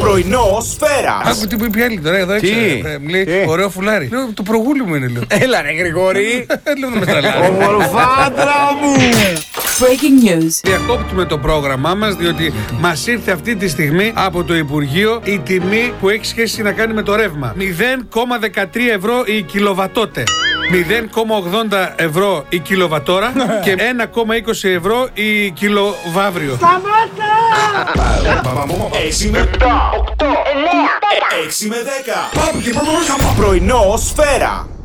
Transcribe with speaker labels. Speaker 1: Πρωινό σφαίρα.
Speaker 2: Άκου τι μου είπε η άλλη τώρα εδώ έξω.
Speaker 3: Τι?
Speaker 2: ε, Μου λέει
Speaker 3: Τι?
Speaker 2: ωραίο φουλάρι. Λέω το προγούλι μου είναι λέω. Ε,
Speaker 3: Έλα ρε Γρηγόρη.
Speaker 2: Λέω να με τραλάρει.
Speaker 3: Ομορφάντρα μου.
Speaker 4: Breaking news.
Speaker 2: Διακόπτουμε το πρόγραμμά μας, διότι μας ήρθε αυτή τη στιγμή από το Υπουργείο η τιμή που έχει σχέση να κάνει με το ρεύμα. 0,13 ευρώ η κιλοβατότε. 0,80 ευρώ η κιλοβατόρα και 1,20 ευρώ η κιλοβαύριο.
Speaker 1: Έξι με Ε, 7, 8, 9, 6 με 10. Πρωινό σφαίρα.